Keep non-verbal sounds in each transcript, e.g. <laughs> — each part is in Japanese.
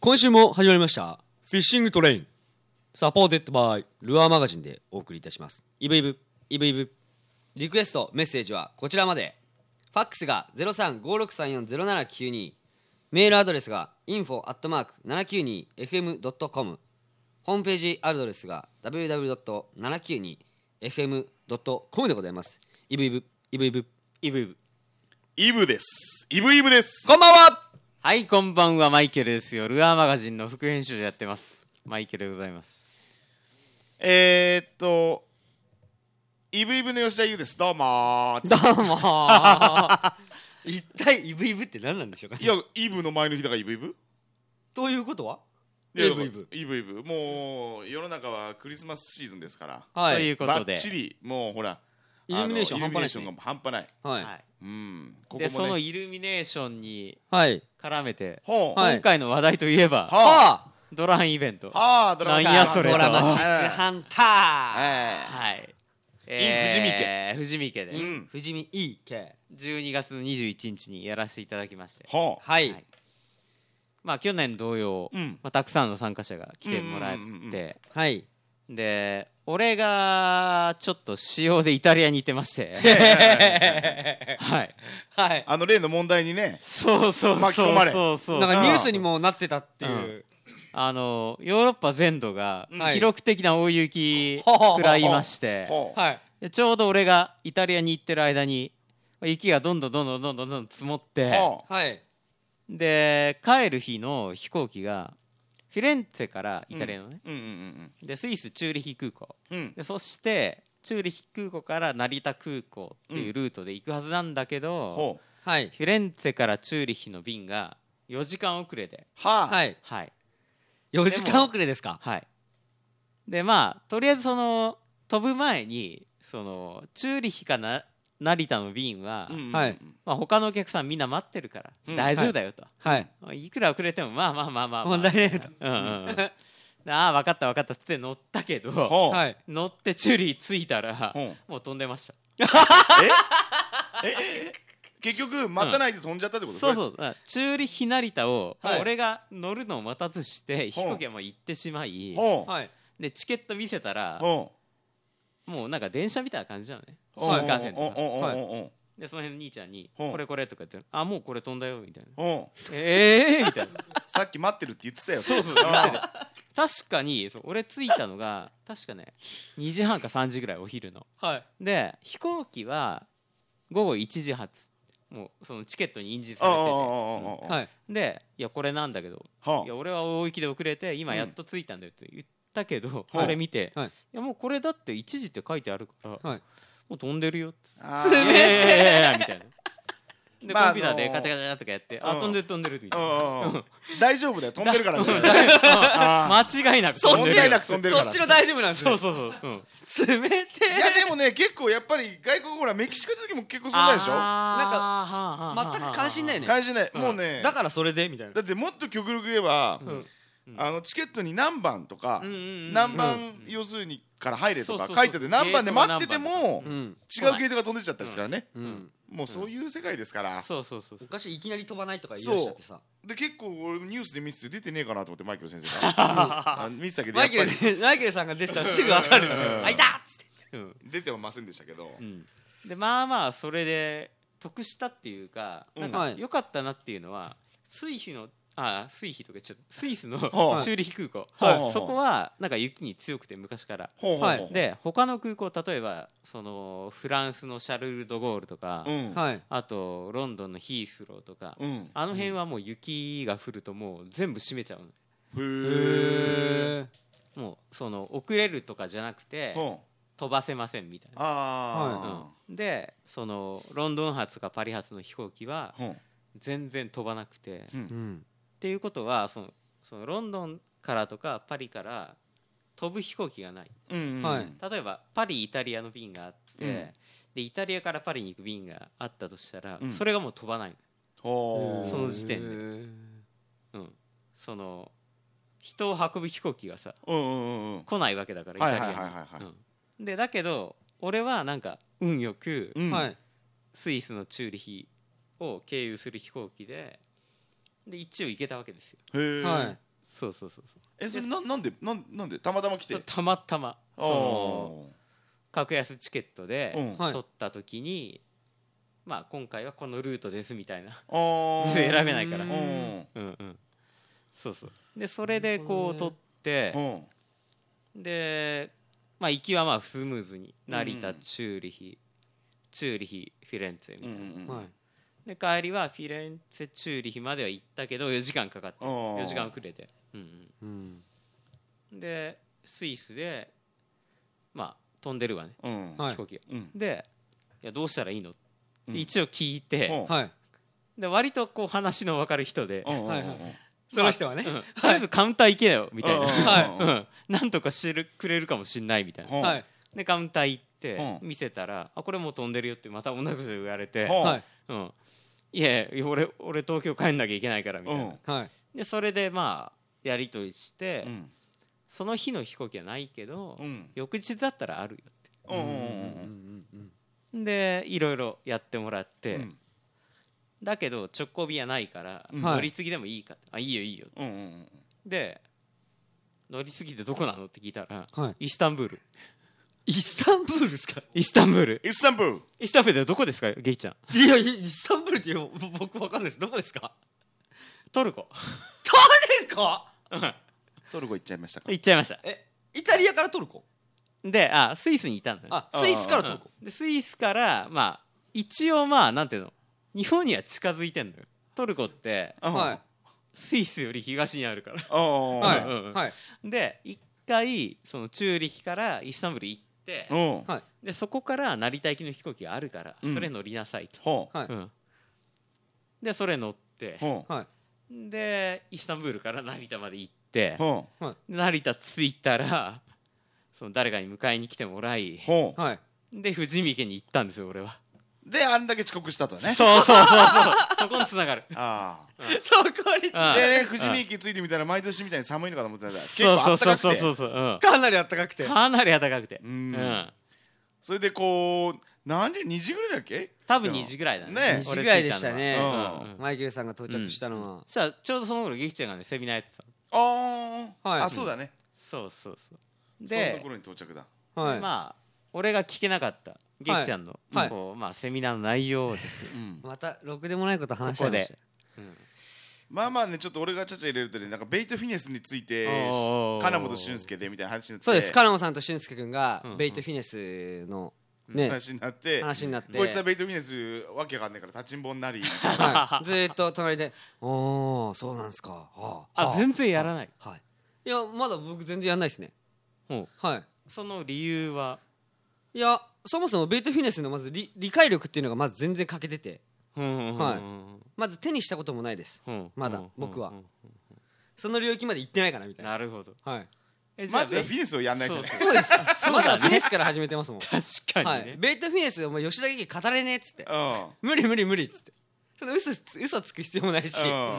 今週も始まりましたフィッシングトレインサポーテッドバイルアーマガジンでお送りいたしますイブイブイブイブリクエストメッセージはこちらまでファックスが0356340792メールアドレスが info.792fm.com ホームページアドレスが www.792fm.com でございますイブイブイブイブイブイブイブです。イブイブです。こんばんははい、こんばんは、マイケルですよ。ルアーマガジンの副編集をやってます。マイケルでございます。えー、っと、イブイブの吉田優です。どうもー。どうもー一体イブイブって何なんでしょうかいや、イブの前の日だからイブイブということはいやイブイブイブイブ。もう、世の中はクリスマスシーズンですから。はというこばとっで、ちり、もうほら、イルミネーションあの半端ないですイルミネーショねはンが半端ない。はいいうん。こで、こそものね。イルミネーションにはい絡めて、ほう。はい今回の話題といえば、はあドランイベント。はあ。はあ、ドラマチックなんやそれドとラマチックえハンタえい。富士見家。ー富士見家で、うん富士見 EK 12月の21日にやらせていただきまして、ほう。はい、はいまあ、去年同様、うん。まあ、たくさんの参加者が来てもらっうんうんうんて、はいで、俺が、ちょっと仕様でイタリアに行ってまして、はい。はいあの、例の問題にね、そうそう巻きそ込まうれそうそう。なんかニュースにもなってたっていう、あのヨーロッパ全土がうん記録的な大雪はい食らいましてほう。はいでちょうど俺がイタリアに行ってる間に雪がどんどんどんどんどんどんどん積もってほう。はいで帰る日の飛行機がフィレンツェからイタリアのね、うんうんうんでスイスチューリヒ空港うん。うん。でそしてチューリヒ空港から成田空港っていうルートで行くはずなんだけど、ほう。はいフィレンツェからチューリヒの便が4時間遅れではあ。はいはい4時間遅れですかはい、でまあとりあえずその飛ぶ前にそのチューリヒかな成田の便は、うんうんうんはいまあ、他のお客さんみんな待ってるから、うん大丈夫だよと、はいまあい、くら遅れてもまあまあまあまあ、まあ、問題ねうんうんうんでああ分かった分かったっつって乗ったけどほう。はい乗ってチューリヒ着いたらほう。もう飛んでましたええ結局待たないで飛んじゃったってこと、そうそうあチューリヒ成田を、はい俺が乗るのを待たずしてほう飛行機はもう行ってしまいほう、はいでチケット見せたらほもうなんか電車みたいな感じなのねう新ほう幹線とほうかほうほうはいほうでその辺の兄ちゃんに「ほうこれこれ」とか言って「あもうこれ飛んだよ」みたいなほう「ええー」みたいな <laughs> さっき待ってるって言ってたよそうそう確かにそう俺着いたのが確かね2時半か3時ぐらいお昼のはいで飛行機は午後1時発もうそのチケットに印字さああれあててあああはいうんで「いやこれなんだけどはいや俺は大雪で遅れて今やっと着いたんだよ」って言ったけどはい <laughs> あれ見て「はいいやもうこれだって1時って書いてあるからはいもう飛んでるよ」 <laughs> って。あついやいやいやいやみたいな。で、まあコンピューターあでのーガチャガチャとかやって、うあ、ん飛んでる飛んでるみたいな。あ大丈夫だよ飛んでるからねあ間違いなくあ飛んでる。間違いなく飛んでるかそらっちの大丈夫なんですそようそうそう。うん。冷ていやでもね結構やっぱり外国ほらメキシコの時も結構そうだでしょなん全く関心ないね感じねもうねだからそれでみたいなだってもっと極力言えば、んあのチケットに何番とか、うんうんうん何番、うん要するにから入れとかそうそうそ書ういてて何番で待っててゲも、ートが何番だうん違うゲートが飛んでっちゃったですからね、うんもうそういう世界ですから、そうそうそうそおう。菓子いきなり飛ばないとか言い出しちゃってさで結構俺ニュースで見てて出てねえかなと思ってマイケル先生があ見てたけどマイやっケぱルりねマイケルさんが出てたらすぐわかるんですようんあいたっつってうん出てはませんでしたけど、うん。で、まあまあ、それで得したっていうか、うんなんはかい良かったなっていうのは、スイスの、あ、スイヒとか言っちゃった。スイスのはいチューリヒ空港はい。そこは、なんか雪に強くて昔から。ほうほうほう、で他の空港例えばそのフランスのシャルル・ド・ゴールとか、うん、はいあとロンドンのヒースローとか、うん、あの辺はもう雪が降るともう全部閉めちゃうのへえへもうその遅れるとかじゃなくてほう飛ばせませんみたいな。あうんでそのロンドン発とかパリ発の飛行機はあ、ほう全然飛ばなくて、っうんうんていうことはそのそのロンドンからとかパリから飛ぶ飛行機がないうんうんはい例えばパリイタリアの便があって、うんでイタリアからパリに行く便があったとしたら、うんそれがもう飛ばない、ほうその時点ででうん、その人を運ぶ飛行機がさうんうんうんうん来ないわけだからイはタいリはいはいはいアはいにうん。でだけど俺はなんか運よくうんはいスイスのチューリヒを経由する飛行機でで一応行けたわけですよ。へえ、はいそうそうそうそえそれななんでなんなんでたまたま来てうたまたまそあのー格安チケットでうんはい取った時に、まあ今回はこのルートですみたいな、あー選べないからううんんうんうん、そうそうでそれでこうなるほど取ねって、うんで、まあ、行きはまあスムーズに成田、チューリヒチューリヒフィレンツェみうたいな、んはいで帰りはフィレンツェチューリヒまでは行ったけど4時間かかってうん4時間遅れて、うんうんうん、でスイスでまあ飛んでるわねうんはい飛行機が、うんでいやどうしたらいいのっうんて一応聞いて、はいで割とこう話の分かる人で、うんうんうんはいはまそあの人はねうんとりあえずカウンター行けよみたいな、うん <laughs> うん、なんとかしてくれるかもしんないみたいなうんはいでカウンター行ってう見せたら「あこれもう飛んでるよ」ってまた同じこと言われてうんはい「うん、いやいや俺俺東京帰んなきゃいけないから」みたいな、うんはいでそれでまあやり取りして、うんその日の飛行機はないけど、うん翌日だったらあるよってうんうんうんうんでいろいろやってもらって、うんうんだけど直行便はないから、うん乗り継ぎでもいいかってあいいよいいようんうんで乗り継ぎってどこなのって聞いたら、はいイスタンブールイスタンブールですかイスタンブールイスタンブールイスタンブールでどこですかゲイちゃんいやいやイスタンブールっていう僕わかんないですどこですかトルコトルコトルコ行っちゃいましたか行っちゃいましたえイタリアからトルコであスイスにいたんだねあスイスからトルコうんでスイスからまあ一応まあなんていうの日本には近づいてんのよトルコってうんはいスイスより東にあるからあーはうんうんういんはいで一回そのチューリヒからイスタンブール行ってうんはいでそこから成田行きの飛行機があるからうんそれ乗りなさいと、ほうはいうんでそれ乗ってほうはいでイスタンブールから成田まで行ってほ成田着いたらその誰かに迎えに来てもらいうほはいで富士見家に行ったんですよ俺はうであんだけ遅刻したとね <laughs> そうそうそうそうそこにつながるあそこにああでね富士見駅着いてみたら毎年みたいに寒いのかと思ってたら結そう構あそうったそうかくそうてそうそう、うん、かなり暖かくてかなり暖かくてううんん、それでこう何時2時ぐらいだっけ多分2時ぐらいだねねえ2時ぐらいでしたね俺着いたのはうんうんマイケルさんが到着したのはそしたらちょうどその頃ギキちゃんがねセミナーやってたのあーはいあそうだねそうそうそうそので頃に到着だはいまあ俺が聞けなかったギキちゃんの、はいこうまあ、セミナーの内容をですね、うんまたろくでもないこと話しちゃいましたよまあまあねちょっと俺がちゃちゃ入れるとねなんかベイトフィネスについておー金本俊介でみたいな話になってそうですカラモさんと俊介君がうんうんベイトフィネスのね話になって話になってこいつはベイトフィネスわけわかんないから立ちんぼに <laughs> なりみたいな <laughs> はいずーっと隣で「おおそうなんすかはあは全然やらない、はいいやまだ僕全然やんないですねうんはいその理由はいやそもそもベイトフィネスのまず理理解力っていうのがまず全然欠けててはいまず手にしたこともないですいまだ僕はその領域まで行ってないかなみたいななるほどはいえじゃあまずはフィネスをやんないと <laughs> ねそうそうですまだフィネスから始めてますもん確かはにいね、ベイトフィネスお前吉田劇語れねえっつってう無理無理無理っつってその嘘嘘つく必要もないしん語うんうんう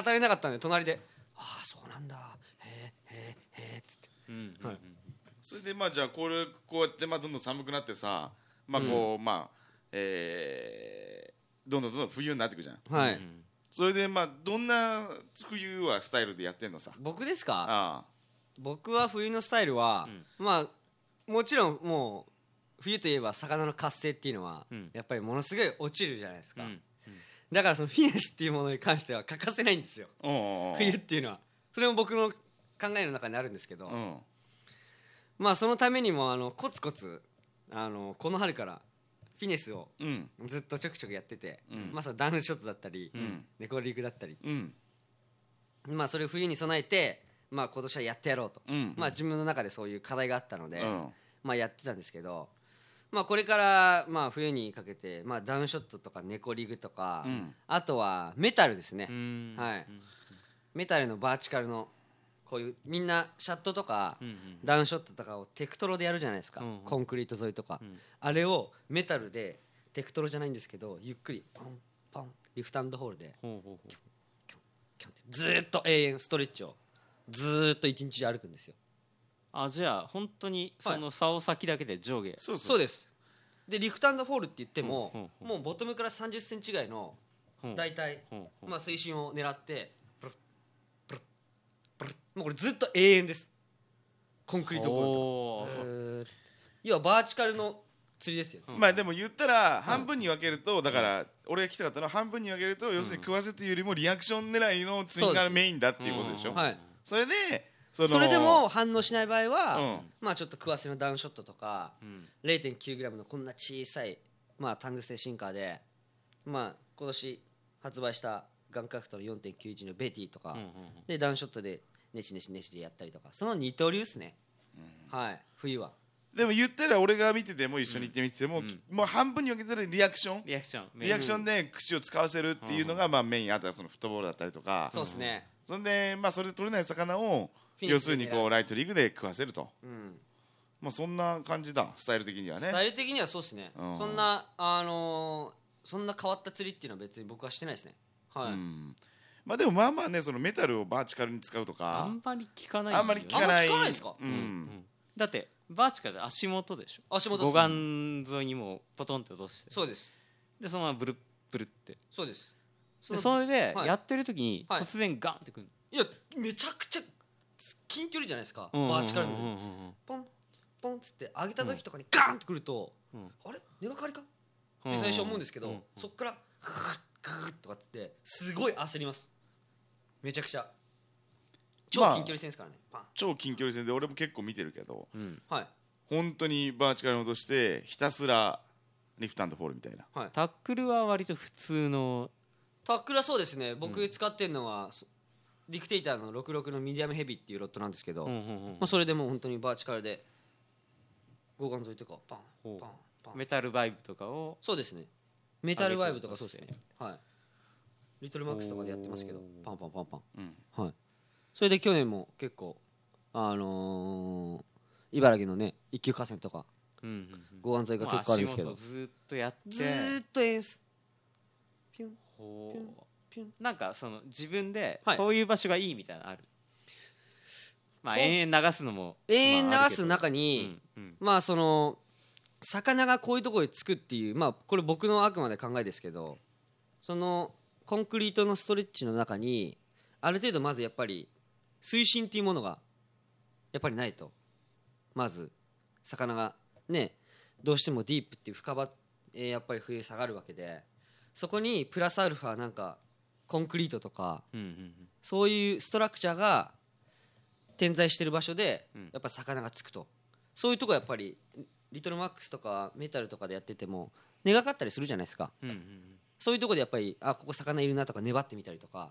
んれなかったんで隣で「ああそうなんだへえへえへえ」っつってうんうんはいそれでまあじゃあこれこうやってまあどんどん寒くなってさまあこうまあえーどんどんどんどん冬になってくじゃんはういんそれでまあどんな冬はスタイルでやってんのさ僕ですかあ僕は冬のスタイルはまあもちろんもう冬といえば魚の活性っていうのはうんやっぱりものすごい落ちるじゃないですかうんだからそのフィネスっていうものに関しては欠かせないんですよあうん冬っていうのはそれも僕の考えの中にあるんですけどうんまあそのためにもあのコツコツあのこの春からフィネスをうんずっとちょくちょくやってて、うんまあそのダウンショットだったり、んネコリークだったり、うんまあそれを冬に備えて、まあ今年はやってやろうと、うんまあ自分の中でそういう課題があったので、うんまあやってたんですけど、まあこれからまあ冬にかけて、まあダウンショットとかネコリーグとか、うんあとはメタルですね、うんはいメタルのバーチカルのこういうみんなシャットとか、うんうんダウンショットとかをテクトロでやるじゃないですか、うんうんコンクリート沿いとか、んあれをメタルでテクトロじゃないんですけどゆっくりポンポンリフトアンドホールでほうほうほうキョンってずーっと永遠ストレッチをずーっと一日中歩くんですよあじゃあ本当にその竿先だけで上下そうそうでですでリフトアンドホールって言っても、うんうんうんもうボトムから3 0ンチぐらいのほう大体、ほうほうまあ、水深を狙ってプルップルもうこれずっと永遠ですコンクリートボーおルとーへーつって要はバーチカルの釣りですよ、まあでも言ったら半分に分けるとだから俺が来たかったのは半分に分けると要するに食わせというよりもリアクション狙いのツインがメインだっていうことでしょうんはい、それでそのそれでも反応しない場合は、うんまあちょっと食わせのダウンショットとかうん、 0.9g のこんな小さい、まあ、タングステンシンカーで、まあ、今年発売したガンカフトの4.91のベティとか、うんうんでダウンショットでネチネチネチでやったりとかその二刀流っすね、はい冬はでも言ったら俺が見てても一緒に行ってみてても、うんもう半分に分けたらリアクションリアクションリアクションで口を使わせるっていうのがまあメインあとはそのフットボールだったりとかそうっすねそんでまあそれで取れない魚をフィニッシュ要するにこ狙ううライトリーグで食わせるとうんまあそんな感じだスタイル的にはスタねイル的にはそうですね、うんそんなあのーそんな変わった釣りっていうのは別に僕はしてないですねはい、うんまあでもまあまあねそのメタルをバーチカルに使うとあかんまり聞かないあんまり聞かないあんま聞かないですかううんんだってバーチカルで足元でしょ足元っ護す岸沿いにもうポトンって落としてそうですでそのままブルッブルってそうですそでのそれではいやってる時にはい突然ガンってくるいやめちゃくちゃ近距離じゃないですか、のバーチカルで、うんうんうんポンポンっつって上げた時とかにガーンってくると、うんあれ根がかりかっうんて最初思うんですけど、うんうんそっからグーッグーッとかっつってすごい焦りますめちゃくちゃ超まあ近距離戦ですからね、超近距離戦で俺も結構見てるけどうんパンはい本当にバーチカルに落としてひたすらリフトアンドフォールみたいなはいタックルは割と普通のタックルはそうですね僕使ってるのは、そディクテイターの66のミディアムヘビーっていうロットなんですけど、うんまうんうんあ、それでもう本当にバーチカルで護岸沿いとかパンほうパンパンメタルバイブとかをそうですねメタルワイブとか上そうげでてすねはいリトルマックスとかでやってますけどおーパンパンパンパンうんはい、それで去年も結構あのー茨城のね一級河川とかうんうんうん護岸沿いが結構あるんですけもどう足元ずーっとやってずーっと演出ピュンほピュンうピュンなんかその自分ではいこういう場所がいいみたいなのある、まあと延々流すのも永遠まああ流るけすど中に、うんうんまあその魚がこういうところにつくっていうまあこれ僕のあくまで考えですけどそのコンクリートのストレッチの中にある程度まずやっぱり水深っていうものがやっぱりないとまず魚がねどうしてもディープっていう深場えーやっぱり冬下がるわけでそこにプラスアルファなんかコンクリートとかうんうんそういうストラクチャーが点在してる場所でうんやっぱ魚がつくと、そういうとこやっぱりリトルマックスとかメタルとかでやってても根がかったりするじゃないですかうんうんうんそういうとこでやっぱりあここ魚いるなとか粘ってみたりとか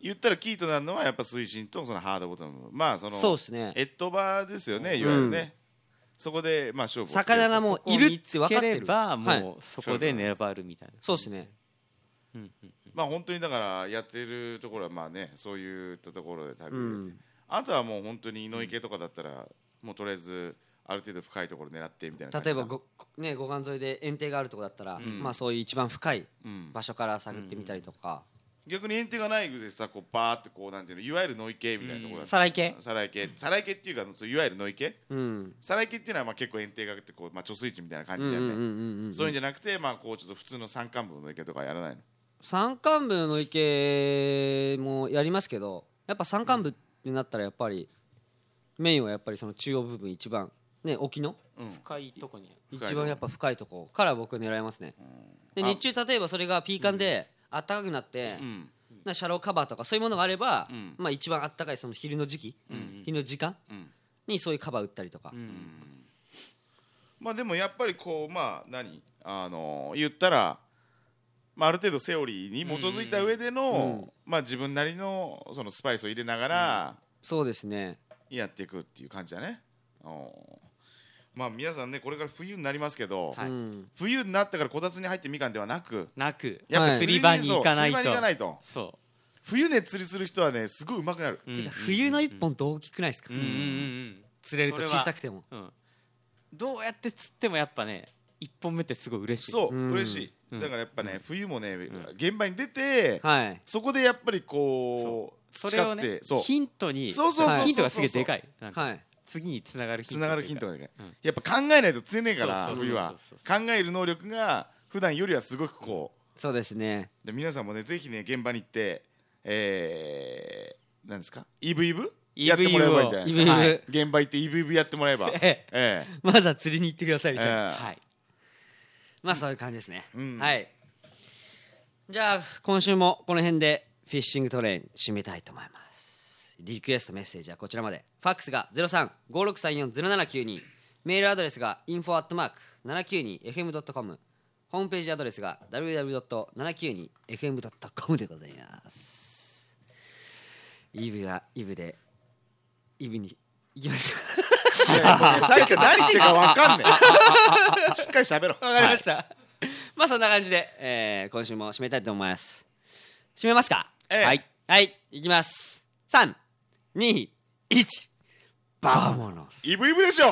言ったらキーとなるのはやっぱ水深とそのハードボトムまあそのそうですねエッドバーですよねいわゆるね、そこでまあ勝負をつける魚がもういるって分かって見つけれるばはい、もうそこで粘るみたいなそうですねうんうんまあ本当にだからやってるところはまあねそういったところで旅をやって、うんあとはもう本当に井の池とかだったら、もうとりあえずある程度深いところ狙ってみたいな感じ例えばご、ね、護岸沿いで堰堤があるとこだったら、んまあそういう一番深いうん場所から探ってみたりとか、逆にエンテがないでさこうバーってこうなんていうのいわゆる野池みたいなところださらい系さらい系さらい系っていうかそういわゆる野池うんさらい系っていうのはまあ結構園庭があってこう、まあ、貯水池みたいな感うんじうんじうゃんない、うんうんそういうんじゃなくてまあこうちょっと普通の山間部の野池とかやらないの山間部の池もやりますけどやっぱ山間部ってなったらやっぱりメインはやっぱりその中央部分一番ね沖の深いとこに一深いとこ番やっぱ深いとこから僕狙いますねであ日中例えばそれがピーカンであったかくなってうんなシャローカバーとかそういうものがあればうんまあ一番あったかいその昼の時期昼の時間うんにそういうカバー打ったりとかまあでもやっぱりこうまあ何あの言ったら、まあ、ある程度セオリーに基づいた上での、まあ、自分なりのそのスパイスを入れながらそうですねやっていくっていう感じだね。うんまあ皆さんねこれから冬になりますけど、はいうん冬になったからこたつに入ってみかんではなくなくやっぱはい釣釣りり場場にに行行かかなないいとと釣り場にそ行かないと冬ね釣りする人はねすごいうまくなる、ううんてか冬の一本って大きくないですかうんうんうん釣れると小さくてもうんうんどうやって釣ってもやっぱね一本目ってすごい嬉しいそう、うん嬉しい、うんだからやっぱね、冬もね、ん現場に出て、はいそこでやっぱりこうそれを培っねてそうヒントにそうそうそうそうヒントがすげえでかいなんかはい次につながるヒントつながるヒントががね、うんやっぱ考えないと釣れねえからそうそうそう冬はそうそ考える能力が普段よりはすごくこそうですねうで皆さんもねぜひね現場に行ってえーなんですかイブイブイブイブやってもらえばいいんじゃないイですブイブ、かはい現場行ってイブイブやってもらえばえええ <laughs> まずは釣りに行ってくださいみたいな、ええはいまあそういう感じですね、うんはいじゃあ今週もこの辺でフィッシングトレイン締めたいと思いますリクエストメッセージはこちらまでファックスが0356340792メールアドレスが info.792fm.com ホームページアドレスが www.792fm.com でございますイブはイブでイブに行きましょさゆちゃん何してるか分かんねえしっかり喋ろうわかりました、まあそんな感じで、えー今週も締めたいと思います締めますか、ええはいはいいきます321バモノスイブイブでしょ